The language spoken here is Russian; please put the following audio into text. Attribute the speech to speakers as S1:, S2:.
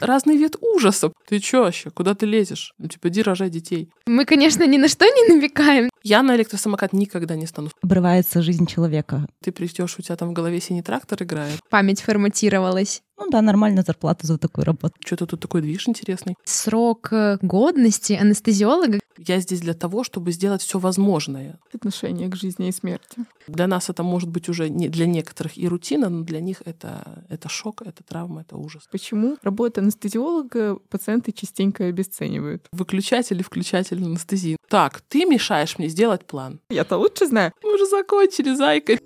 S1: разный вид ужаса. Ты чё вообще? Куда ты лезешь? Ну, типа, иди рожай детей.
S2: Мы, конечно, ни на что не намекаем.
S1: Я на электросамокат никогда не стану.
S3: Обрывается жизнь человека.
S1: Ты придешь, у тебя там в голове синий трактор играет.
S2: Память форматировалась.
S3: Ну да, нормальная зарплата за такую работу.
S1: Что-то тут такой движ интересный.
S2: Срок э, годности анестезиолога.
S1: Я здесь для того, чтобы сделать все возможное.
S4: Отношение к жизни и смерти.
S1: Для нас это может быть уже не для некоторых и рутина, но для них это, это шок, это травма, это ужас.
S4: Почему работа анестезиолога пациенты частенько обесценивают?
S1: Выключатель и включатель анестезии. Так, ты мешаешь мне сделать план.
S4: Я-то лучше знаю.
S1: Мы уже закончили, зайка.